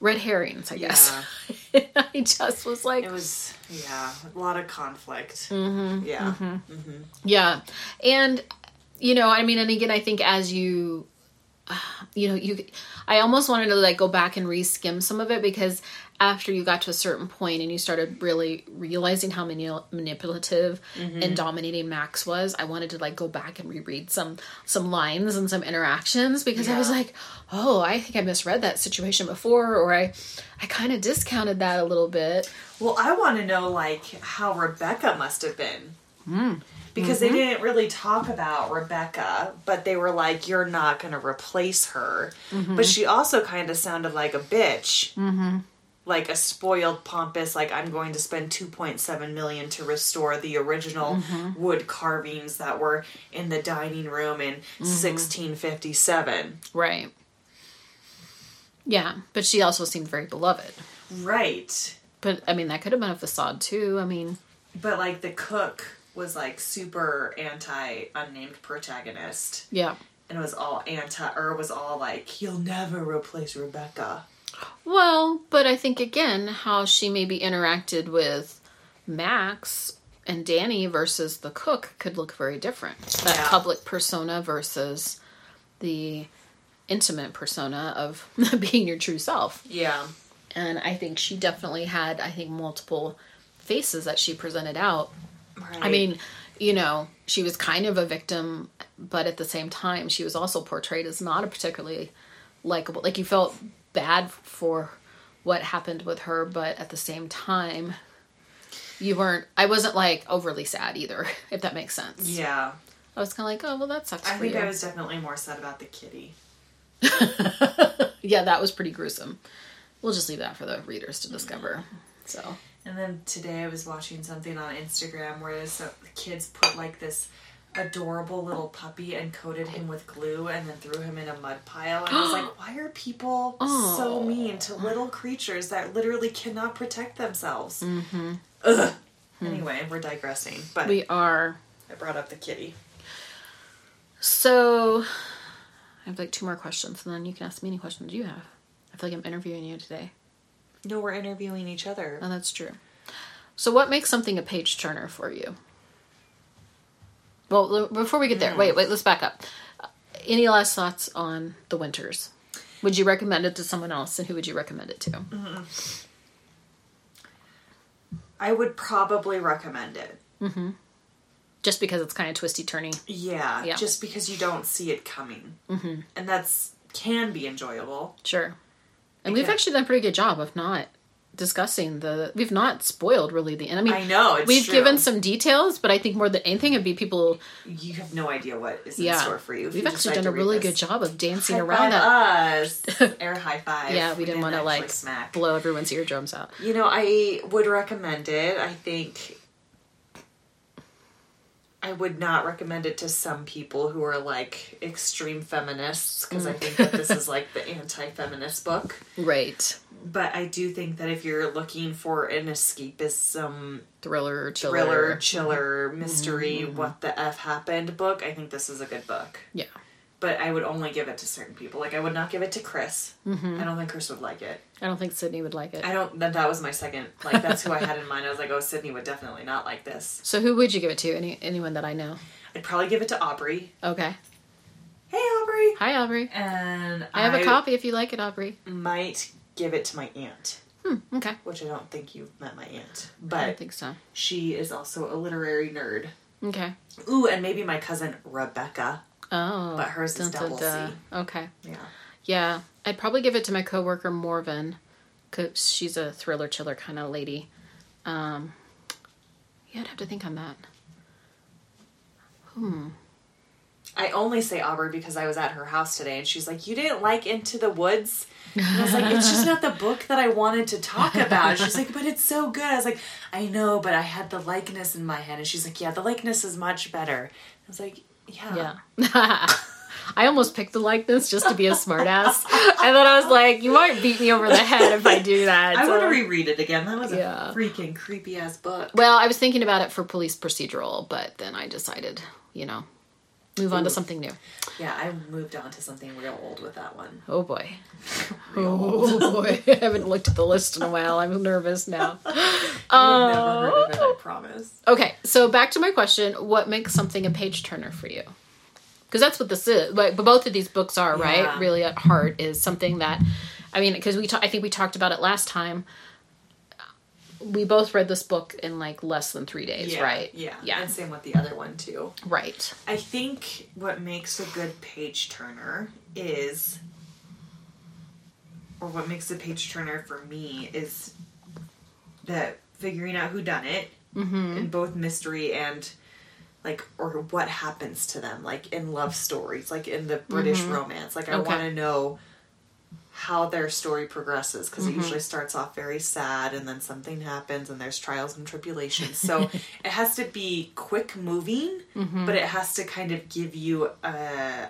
[SPEAKER 1] red herrings, I guess. I just was like,
[SPEAKER 2] It was yeah, a lot of conflict. Mm-hmm, yeah.
[SPEAKER 1] Yeah. And, you know, I mean, and again, I think as you, uh, you know, you, I almost wanted to like go back and reskim some of it because after you got to a certain point and you started really realizing how mani- manipulative and dominating Max was, I wanted to like go back and reread some, some lines and some interactions because I was
[SPEAKER 2] Yeah.
[SPEAKER 1] like, oh, I think I misread that situation before, or I, I kind of discounted that a little bit.
[SPEAKER 2] Well, I want to know like how Rebecca must have been. Mm, Because they didn't really talk about Rebecca, but they were like, "You're not going to replace her." But she also kind of sounded like a bitch, mm-hmm. like a spoiled, pompous, like I'm going to spend 2.7 million to restore the original wood carvings that were in the dining room in 1657.
[SPEAKER 1] Right. Yeah. But she also seemed very beloved.
[SPEAKER 2] Right.
[SPEAKER 1] But I mean, that could have been a facade too. I mean,
[SPEAKER 2] But like the cook was like super anti unnamed protagonist
[SPEAKER 1] yeah.
[SPEAKER 2] and was all anti or was all like you'll never replace Rebecca.
[SPEAKER 1] Well, but I think again, how she maybe interacted with Max and Danny versus the cook could look very different. That
[SPEAKER 2] Yeah.
[SPEAKER 1] public persona versus the intimate persona of being your true self.
[SPEAKER 2] Yeah.
[SPEAKER 1] And I think she definitely had, I think, multiple faces that she presented out
[SPEAKER 2] Right.
[SPEAKER 1] I mean, you know, she was kind of a victim, but at the same time, she was also portrayed as not a particularly likable. Like you felt bad for what happened with her, but at the same time, you weren't. I wasn't like overly sad either, if that makes sense.
[SPEAKER 2] Yeah.
[SPEAKER 1] I was kind of like, oh well, that sucks
[SPEAKER 2] I
[SPEAKER 1] for
[SPEAKER 2] think
[SPEAKER 1] you.
[SPEAKER 2] I was definitely more sad about the kitty.
[SPEAKER 1] yeah, that was pretty gruesome. We'll just leave that for the readers to discover. So
[SPEAKER 2] And then today I was watching something on Instagram where this, uh, the kids put like this adorable little puppy and coated him with glue and then threw him in a mud pile. And I was like, why are people so mean to little creatures that literally cannot protect themselves? Mm-hmm. Ugh. Anyway, we're digressing, but
[SPEAKER 1] Hmm. we are.
[SPEAKER 2] I brought up the kitty.
[SPEAKER 1] So I have like two more questions, and then you can ask me any questions you have. I feel like I'm interviewing you today.
[SPEAKER 2] No, we're interviewing each other.
[SPEAKER 1] Oh, that's true. So, what makes something a page turner for you? Well, l- before we get there,
[SPEAKER 2] Hmm.
[SPEAKER 1] wait, wait, let's back up. Uh, Any last thoughts on The Winters? Would you recommend it to someone else, and who would you recommend it to?
[SPEAKER 2] Mm. I would probably recommend it.
[SPEAKER 1] Just because it's kind of twisty turny.
[SPEAKER 2] Yeah,
[SPEAKER 1] Yeah.
[SPEAKER 2] just because you don't see it coming. Mm-hmm. And that's can be enjoyable.
[SPEAKER 1] Sure. And we've
[SPEAKER 2] Okay.
[SPEAKER 1] actually done a pretty good job of not discussing the. We've not spoiled really the end. I mean,
[SPEAKER 2] I know, it's
[SPEAKER 1] we've
[SPEAKER 2] true.
[SPEAKER 1] given some details, but I think more than anything, it'd be people.
[SPEAKER 2] You have no idea what is in
[SPEAKER 1] Yeah,
[SPEAKER 2] store for you. if
[SPEAKER 1] we've
[SPEAKER 2] you
[SPEAKER 1] actually
[SPEAKER 2] decide
[SPEAKER 1] done
[SPEAKER 2] to
[SPEAKER 1] a
[SPEAKER 2] read
[SPEAKER 1] really
[SPEAKER 2] this.
[SPEAKER 1] good job of dancing
[SPEAKER 2] High
[SPEAKER 1] around that.
[SPEAKER 2] five us. Air high five.
[SPEAKER 1] Yeah, we, didn't want to
[SPEAKER 2] actually
[SPEAKER 1] like
[SPEAKER 2] smack.
[SPEAKER 1] blow everyone's eardrums out.
[SPEAKER 2] You know, I would recommend it. I think I would not recommend it to some people who are like extreme feminists because I
[SPEAKER 1] Mm.
[SPEAKER 2] think that this is like the anti-feminist book.
[SPEAKER 1] Right.
[SPEAKER 2] But I do think that if you're looking for an escapism
[SPEAKER 1] Thriller, Mm-hmm. chiller.
[SPEAKER 2] thriller, chiller, mystery, what the f happened book, I think this is a good book.
[SPEAKER 1] Yeah.
[SPEAKER 2] But I would only give it to certain people. Like I would not give it to Chris.
[SPEAKER 1] Mm-hmm.
[SPEAKER 2] I don't think Chris would like it.
[SPEAKER 1] I don't think Sydney would like it.
[SPEAKER 2] I don't. That, that was my second. Like that's who I had in mind. I was like, oh, Sydney would definitely not like this.
[SPEAKER 1] So who would you give it to? Any anyone that I know?
[SPEAKER 2] I'd probably give it to Aubrey.
[SPEAKER 1] Okay.
[SPEAKER 2] Hey, Aubrey.
[SPEAKER 1] Hi Aubrey.
[SPEAKER 2] And
[SPEAKER 1] I have a copy if you like it, Aubrey.
[SPEAKER 2] Might give it to my aunt,
[SPEAKER 1] Hmm, okay.
[SPEAKER 2] which I don't think you've met my aunt,
[SPEAKER 1] I don't
[SPEAKER 2] but
[SPEAKER 1] think so.
[SPEAKER 2] she is also a literary nerd.
[SPEAKER 1] Okay.
[SPEAKER 2] Ooh, and maybe my cousin Rebecca.
[SPEAKER 1] Oh.
[SPEAKER 2] But hers is double C.
[SPEAKER 1] Okay.
[SPEAKER 2] Yeah.
[SPEAKER 1] Yeah. I'd probably give it to my coworker Morven, cause she's a thriller chiller kind of lady. Um. Yeah, I'd have to think on that.
[SPEAKER 2] I only say Aubrey because I was at her house today and she's like, You didn't like Into the Woods? And I was like, It's just not the book that I wanted to talk about. She's like, But it's so good. I was like, I know, but I had the likeness in my head. And she's like, Yeah, the likeness is much better. I was like, Yeah.
[SPEAKER 1] Yeah. I almost picked the likeness just to be a smartass. and then I was like, you might beat me over the head if I do that.
[SPEAKER 2] I
[SPEAKER 1] So-
[SPEAKER 2] want to reread it again. That was
[SPEAKER 1] Yeah.
[SPEAKER 2] a freaking creepy ass book.
[SPEAKER 1] well, I was thinking about it for police procedural, but then I decided, you know, move on to something new.
[SPEAKER 2] Yeah, I moved on to something real old with that one.
[SPEAKER 1] Oh boy. Oh boy. I haven't looked at the list in a while. I'm nervous now.
[SPEAKER 2] I've never heard of it, I promise.
[SPEAKER 1] Okay, so back to my question what makes something a page turner for you? Because that's what this is. Like, but both of these books are, right?
[SPEAKER 2] Yeah.
[SPEAKER 1] Really at heart is something that, I mean, because we ta- I think we talked about it last time. We both read this book in like less than three days, right?
[SPEAKER 2] Yeah.
[SPEAKER 1] Yeah.
[SPEAKER 2] And same with the other one, too.
[SPEAKER 1] Right.
[SPEAKER 2] I think what makes a good page turner is, or what makes a page turner for me is that figuring out who done it in both mystery and like or what happens to them like in love stories like in the british romance like i
[SPEAKER 1] Okay.
[SPEAKER 2] want to know how their story progresses because
[SPEAKER 1] Mm-hmm.
[SPEAKER 2] it usually starts off very sad and then something happens and there's trials and tribulations. So it has to be quick moving,
[SPEAKER 1] Mm-hmm.
[SPEAKER 2] but it has to kind of give you a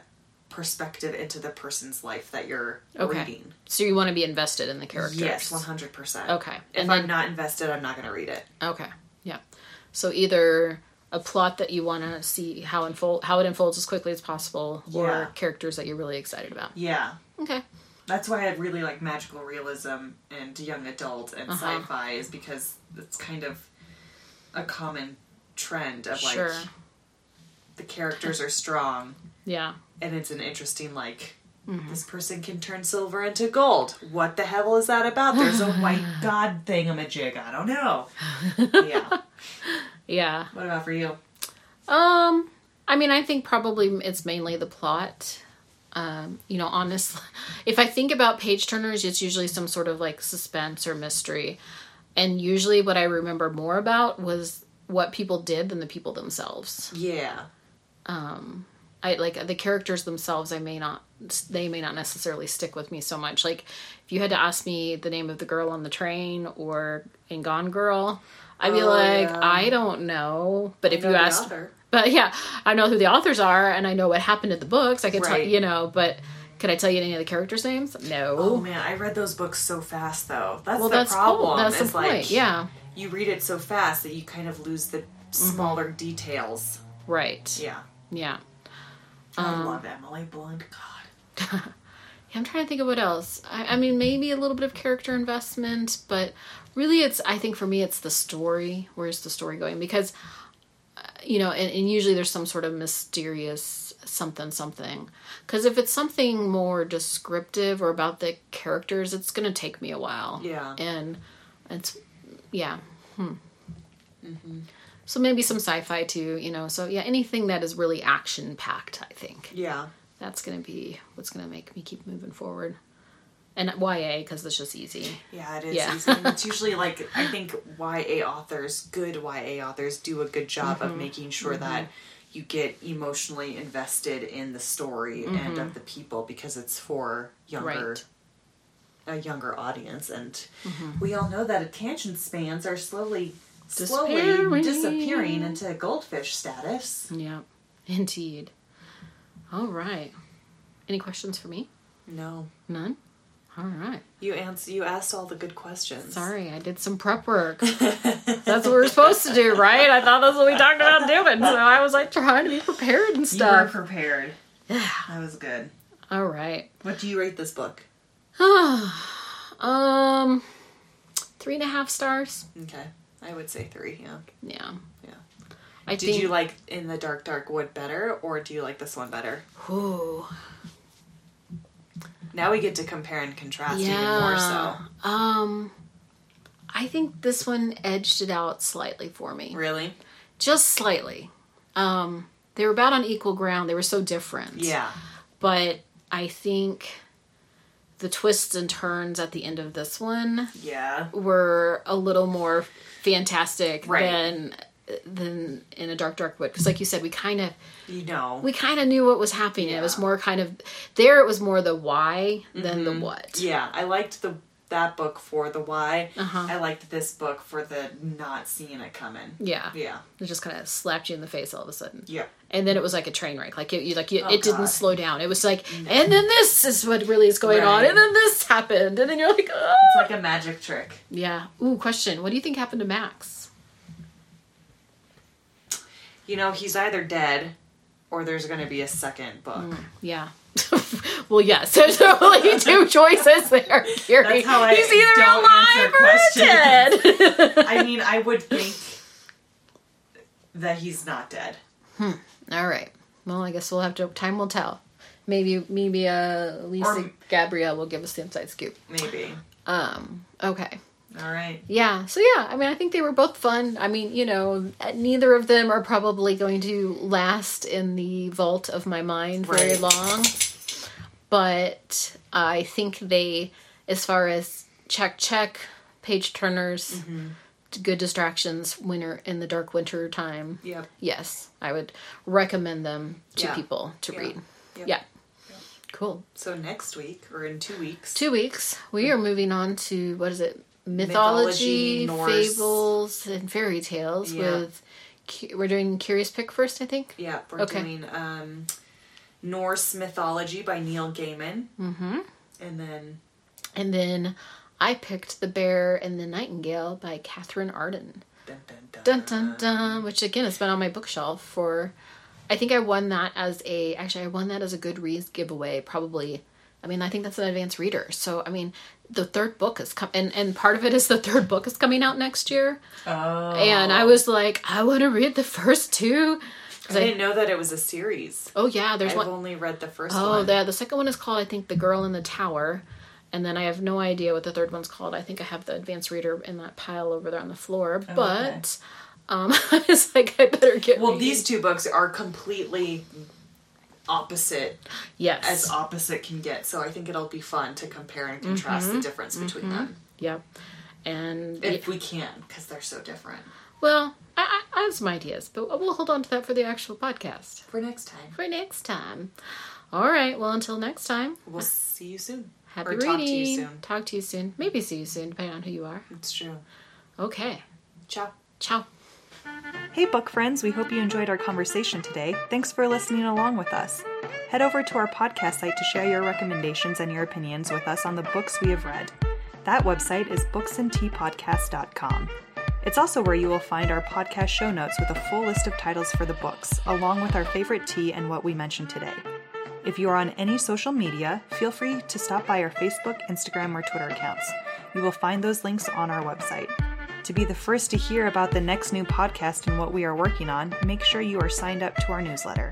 [SPEAKER 2] perspective into the person's life that you're
[SPEAKER 1] Okay.
[SPEAKER 2] reading.
[SPEAKER 1] So you want to be invested in the characters.
[SPEAKER 2] Yes, 100%.
[SPEAKER 1] Okay.
[SPEAKER 2] If
[SPEAKER 1] And
[SPEAKER 2] I'm
[SPEAKER 1] then-
[SPEAKER 2] not invested, I'm not going to read it.
[SPEAKER 1] Okay. Yeah. So either a plot that you want to see how unfold how it unfolds as quickly as possible,
[SPEAKER 2] Yeah.
[SPEAKER 1] or characters that you're really excited about.
[SPEAKER 2] Yeah.
[SPEAKER 1] Okay.
[SPEAKER 2] That's why I really like magical realism and young adult and
[SPEAKER 1] Uh-huh.
[SPEAKER 2] sci-fi is because it's kind of a common trend of like
[SPEAKER 1] Sure.
[SPEAKER 2] the characters are strong
[SPEAKER 1] Yeah.
[SPEAKER 2] and it's an interesting like
[SPEAKER 1] Mm-hmm.
[SPEAKER 2] this person can turn silver into gold. What the hell is that about? There's a white god thingamajig. I don't know. yeah.
[SPEAKER 1] Yeah.
[SPEAKER 2] What about for you?
[SPEAKER 1] Um, I mean, I think probably it's mainly the plot. um, you know, honestly, if I think about page turners, it's usually some sort of like suspense or mystery. And usually what I remember more about was what people did than the people themselves.
[SPEAKER 2] Yeah.
[SPEAKER 1] I like the characters themselves. I may not, they may not necessarily stick with me so much. Like, if you had to ask me the name of the girl on the train or in Gone Girl, I'd be
[SPEAKER 2] Oh,
[SPEAKER 1] like,
[SPEAKER 2] yeah.
[SPEAKER 1] I don't know. But if
[SPEAKER 2] know
[SPEAKER 1] you
[SPEAKER 2] the
[SPEAKER 1] asked,
[SPEAKER 2] author.
[SPEAKER 1] but yeah, I know who the authors are and I know what happened in the books. I could tell,
[SPEAKER 2] Right.
[SPEAKER 1] you know, but could I tell you any of the characters' names? No.
[SPEAKER 2] Oh man, I read those books so fast though. Oh, That's
[SPEAKER 1] well,
[SPEAKER 2] the
[SPEAKER 1] that's
[SPEAKER 2] problem.
[SPEAKER 1] cool. That's the
[SPEAKER 2] is, like,
[SPEAKER 1] point. Yeah.
[SPEAKER 2] You read it so fast that you kind of lose the smaller details.
[SPEAKER 1] Right.
[SPEAKER 2] Yeah.
[SPEAKER 1] yeah.
[SPEAKER 2] I
[SPEAKER 1] Um,
[SPEAKER 2] love Emily Blunt. God.
[SPEAKER 1] I'm trying to think of what else. I, I mean, maybe a little bit of character investment, but really, it's I think for me, it's the story. Where's the story going? Because uh, you know, and, and usually there's some sort of mysterious something something. Because if it's something more descriptive or about the characters, it's going to take me a while.
[SPEAKER 2] Yeah.
[SPEAKER 1] and it's yeah. Hmm. So maybe some sci-fi too, you know. So yeah, anything that is really action packed, I think
[SPEAKER 2] Yeah.
[SPEAKER 1] that's gonna be what's gonna make me keep moving forward and ya because it's just easy
[SPEAKER 2] Yeah, it is.
[SPEAKER 1] Yeah.
[SPEAKER 2] easy. And it's usually like I think YA authors, good YA authors, do a good job
[SPEAKER 1] Mm-hmm.
[SPEAKER 2] of making sure that you get emotionally invested in the story and
[SPEAKER 1] Mm-hmm.
[SPEAKER 2] of the people because it's for younger
[SPEAKER 1] Right.
[SPEAKER 2] a younger audience, and
[SPEAKER 1] Mm-hmm.
[SPEAKER 2] we all know that attention spans are slowly. Slowly
[SPEAKER 1] Disappearing.
[SPEAKER 2] disappearing into goldfish status.
[SPEAKER 1] yeah indeed all right any questions for me
[SPEAKER 2] No,
[SPEAKER 1] none all right
[SPEAKER 2] you ans- You asked all the good questions.
[SPEAKER 1] sorry i did some prep work that's what we're supposed to do right i thought that's what we talked about doing so i was like trying to be prepared and
[SPEAKER 2] you were
[SPEAKER 1] stuff
[SPEAKER 2] prepared. that was good.
[SPEAKER 1] all right
[SPEAKER 2] What do you rate this book?
[SPEAKER 1] um three and a half stars
[SPEAKER 2] Okay, I would say three. Yeah.
[SPEAKER 1] yeah
[SPEAKER 2] Yeah.
[SPEAKER 1] i
[SPEAKER 2] Did
[SPEAKER 1] think
[SPEAKER 2] you like In the Dark Dark Wood better, or do you like this one better?
[SPEAKER 1] Ooh.
[SPEAKER 2] Now we get to compare and contrast even more so.
[SPEAKER 1] Um, I think this one edged it out slightly for me,
[SPEAKER 2] Really?
[SPEAKER 1] just slightly. Um, they were about on equal ground. They were so different.
[SPEAKER 2] Yeah.
[SPEAKER 1] But I think the twists and turns at the end of this one
[SPEAKER 2] Yeah.
[SPEAKER 1] were a little more fantastic
[SPEAKER 2] Right.
[SPEAKER 1] than than in a dark dark wood because like you said we kind of
[SPEAKER 2] You know.
[SPEAKER 1] we kind of knew what was happening it was
[SPEAKER 2] Yeah. Mm-hmm.
[SPEAKER 1] more kind of there it was more the why than the what
[SPEAKER 2] yeah, I liked the that book for the why.
[SPEAKER 1] Uh-huh.
[SPEAKER 2] I liked this book for the not seeing it coming.
[SPEAKER 1] yeah
[SPEAKER 2] Yeah.
[SPEAKER 1] it just kind of slapped you in the face all of a sudden
[SPEAKER 2] Yeah.
[SPEAKER 1] and then it was like a train wreck. Like it, you, like you,
[SPEAKER 2] Oh,
[SPEAKER 1] it didn't
[SPEAKER 2] God.
[SPEAKER 1] slow down. It was like, and then this is what really is going on,
[SPEAKER 2] Right.
[SPEAKER 1] and then this happened, and then you're like, oh.
[SPEAKER 2] It's like a magic trick.
[SPEAKER 1] yeah. Ooh, question. What do you think happened to Max?
[SPEAKER 2] You know, he's either dead or there's going to be a second book.
[SPEAKER 1] Mm. Yeah. well, yes. There's only two choices there, Carrie.
[SPEAKER 2] That's how I
[SPEAKER 1] He's either alive
[SPEAKER 2] don't answer
[SPEAKER 1] or dead.
[SPEAKER 2] I mean, I would think that he's not dead.
[SPEAKER 1] All right. Well, I guess we'll have to. Time will tell. Maybe, maybe uh, Lisa
[SPEAKER 2] Or-
[SPEAKER 1] Gabrielle will give us the inside scoop.
[SPEAKER 2] Maybe.
[SPEAKER 1] Um. Okay.
[SPEAKER 2] All right.
[SPEAKER 1] Yeah. So yeah, I mean, I think they were both fun. I mean, you know, neither of them are probably going to last in the vault of my mind very
[SPEAKER 2] Right.
[SPEAKER 1] long, but I think they, as far as check check page turners,
[SPEAKER 2] Mm-hmm.
[SPEAKER 1] good distractions winter in the dark winter time.
[SPEAKER 2] Yep.
[SPEAKER 1] Yes, I would recommend them to
[SPEAKER 2] Yeah.
[SPEAKER 1] people to
[SPEAKER 2] Yeah.
[SPEAKER 1] read.
[SPEAKER 2] Yep.
[SPEAKER 1] Yeah. Cool.
[SPEAKER 2] So next week or in two weeks.
[SPEAKER 1] Two weeks. We are moving on to what is it? Mythology,
[SPEAKER 2] Hmm. Mythology, Norse.
[SPEAKER 1] fables, and fairy tales.
[SPEAKER 2] Yeah.
[SPEAKER 1] With cu- we're doing Curious Pick first, I think.
[SPEAKER 2] Yeah, we're
[SPEAKER 1] Okay.
[SPEAKER 2] doing um, Norse mythology by Neil Gaiman. Mm-hmm. And then
[SPEAKER 1] And then I picked The Bear and the Nightingale by Catherine Arden.
[SPEAKER 2] dun, dun, dun.
[SPEAKER 1] Dun dun dun. Which again has been on my bookshelf for. I think I won that as a actually I won that as a Goodreads giveaway probably. I mean I think that's an advanced reader. So I mean the third book is coming and and part of it is the third book is coming out next year.
[SPEAKER 2] Oh,
[SPEAKER 1] and I was like, I want to read the first two. 'Cause
[SPEAKER 2] I
[SPEAKER 1] I-
[SPEAKER 2] didn't know that it was a series.
[SPEAKER 1] oh yeah, there's
[SPEAKER 2] I've
[SPEAKER 1] one.
[SPEAKER 2] only read the first
[SPEAKER 1] Oh,
[SPEAKER 2] one.
[SPEAKER 1] the the second one is called I think the girl in the tower, and then I have no idea what the third one's called. I think I have the advanced reader in that pile over there on the
[SPEAKER 2] Oh,
[SPEAKER 1] floor, but um, I was like, I better get.
[SPEAKER 2] well,
[SPEAKER 1] reading.
[SPEAKER 2] these two books are completely opposite
[SPEAKER 1] Yes.
[SPEAKER 2] as opposite can get. So I think it'll be fun to compare and contrast
[SPEAKER 1] Mm-hmm.
[SPEAKER 2] the difference between them
[SPEAKER 1] yep. And
[SPEAKER 2] if we can, because they're so different.
[SPEAKER 1] well, I, I, I have some ideas, but we'll hold on to that for the actual podcast
[SPEAKER 2] For next time,
[SPEAKER 1] for next time. All right. Well, until next time.
[SPEAKER 2] we'll see you soon.
[SPEAKER 1] Happy
[SPEAKER 2] or
[SPEAKER 1] reading.
[SPEAKER 2] talk to you soon.
[SPEAKER 1] Talk to you soon. Maybe see you soon, depending on who you are.
[SPEAKER 2] It's true.
[SPEAKER 1] Okay.
[SPEAKER 2] Ciao.
[SPEAKER 1] Ciao.
[SPEAKER 3] Hey, book friends, we hope you enjoyed our conversation today. Thanks for listening along with us. Head over to our podcast site to share your recommendations and your opinions with us on the books we have read. That website is booksandteapodcast.com. It's also where you will find our podcast show notes with a full list of titles for the books, along with our favorite tea and what we mentioned today. If you are on any social media, feel free to stop by our Facebook, Instagram, or Twitter accounts. You will find those links on our website. To be the first to hear about the next new podcast and what we are working on, make sure you are signed up to our newsletter.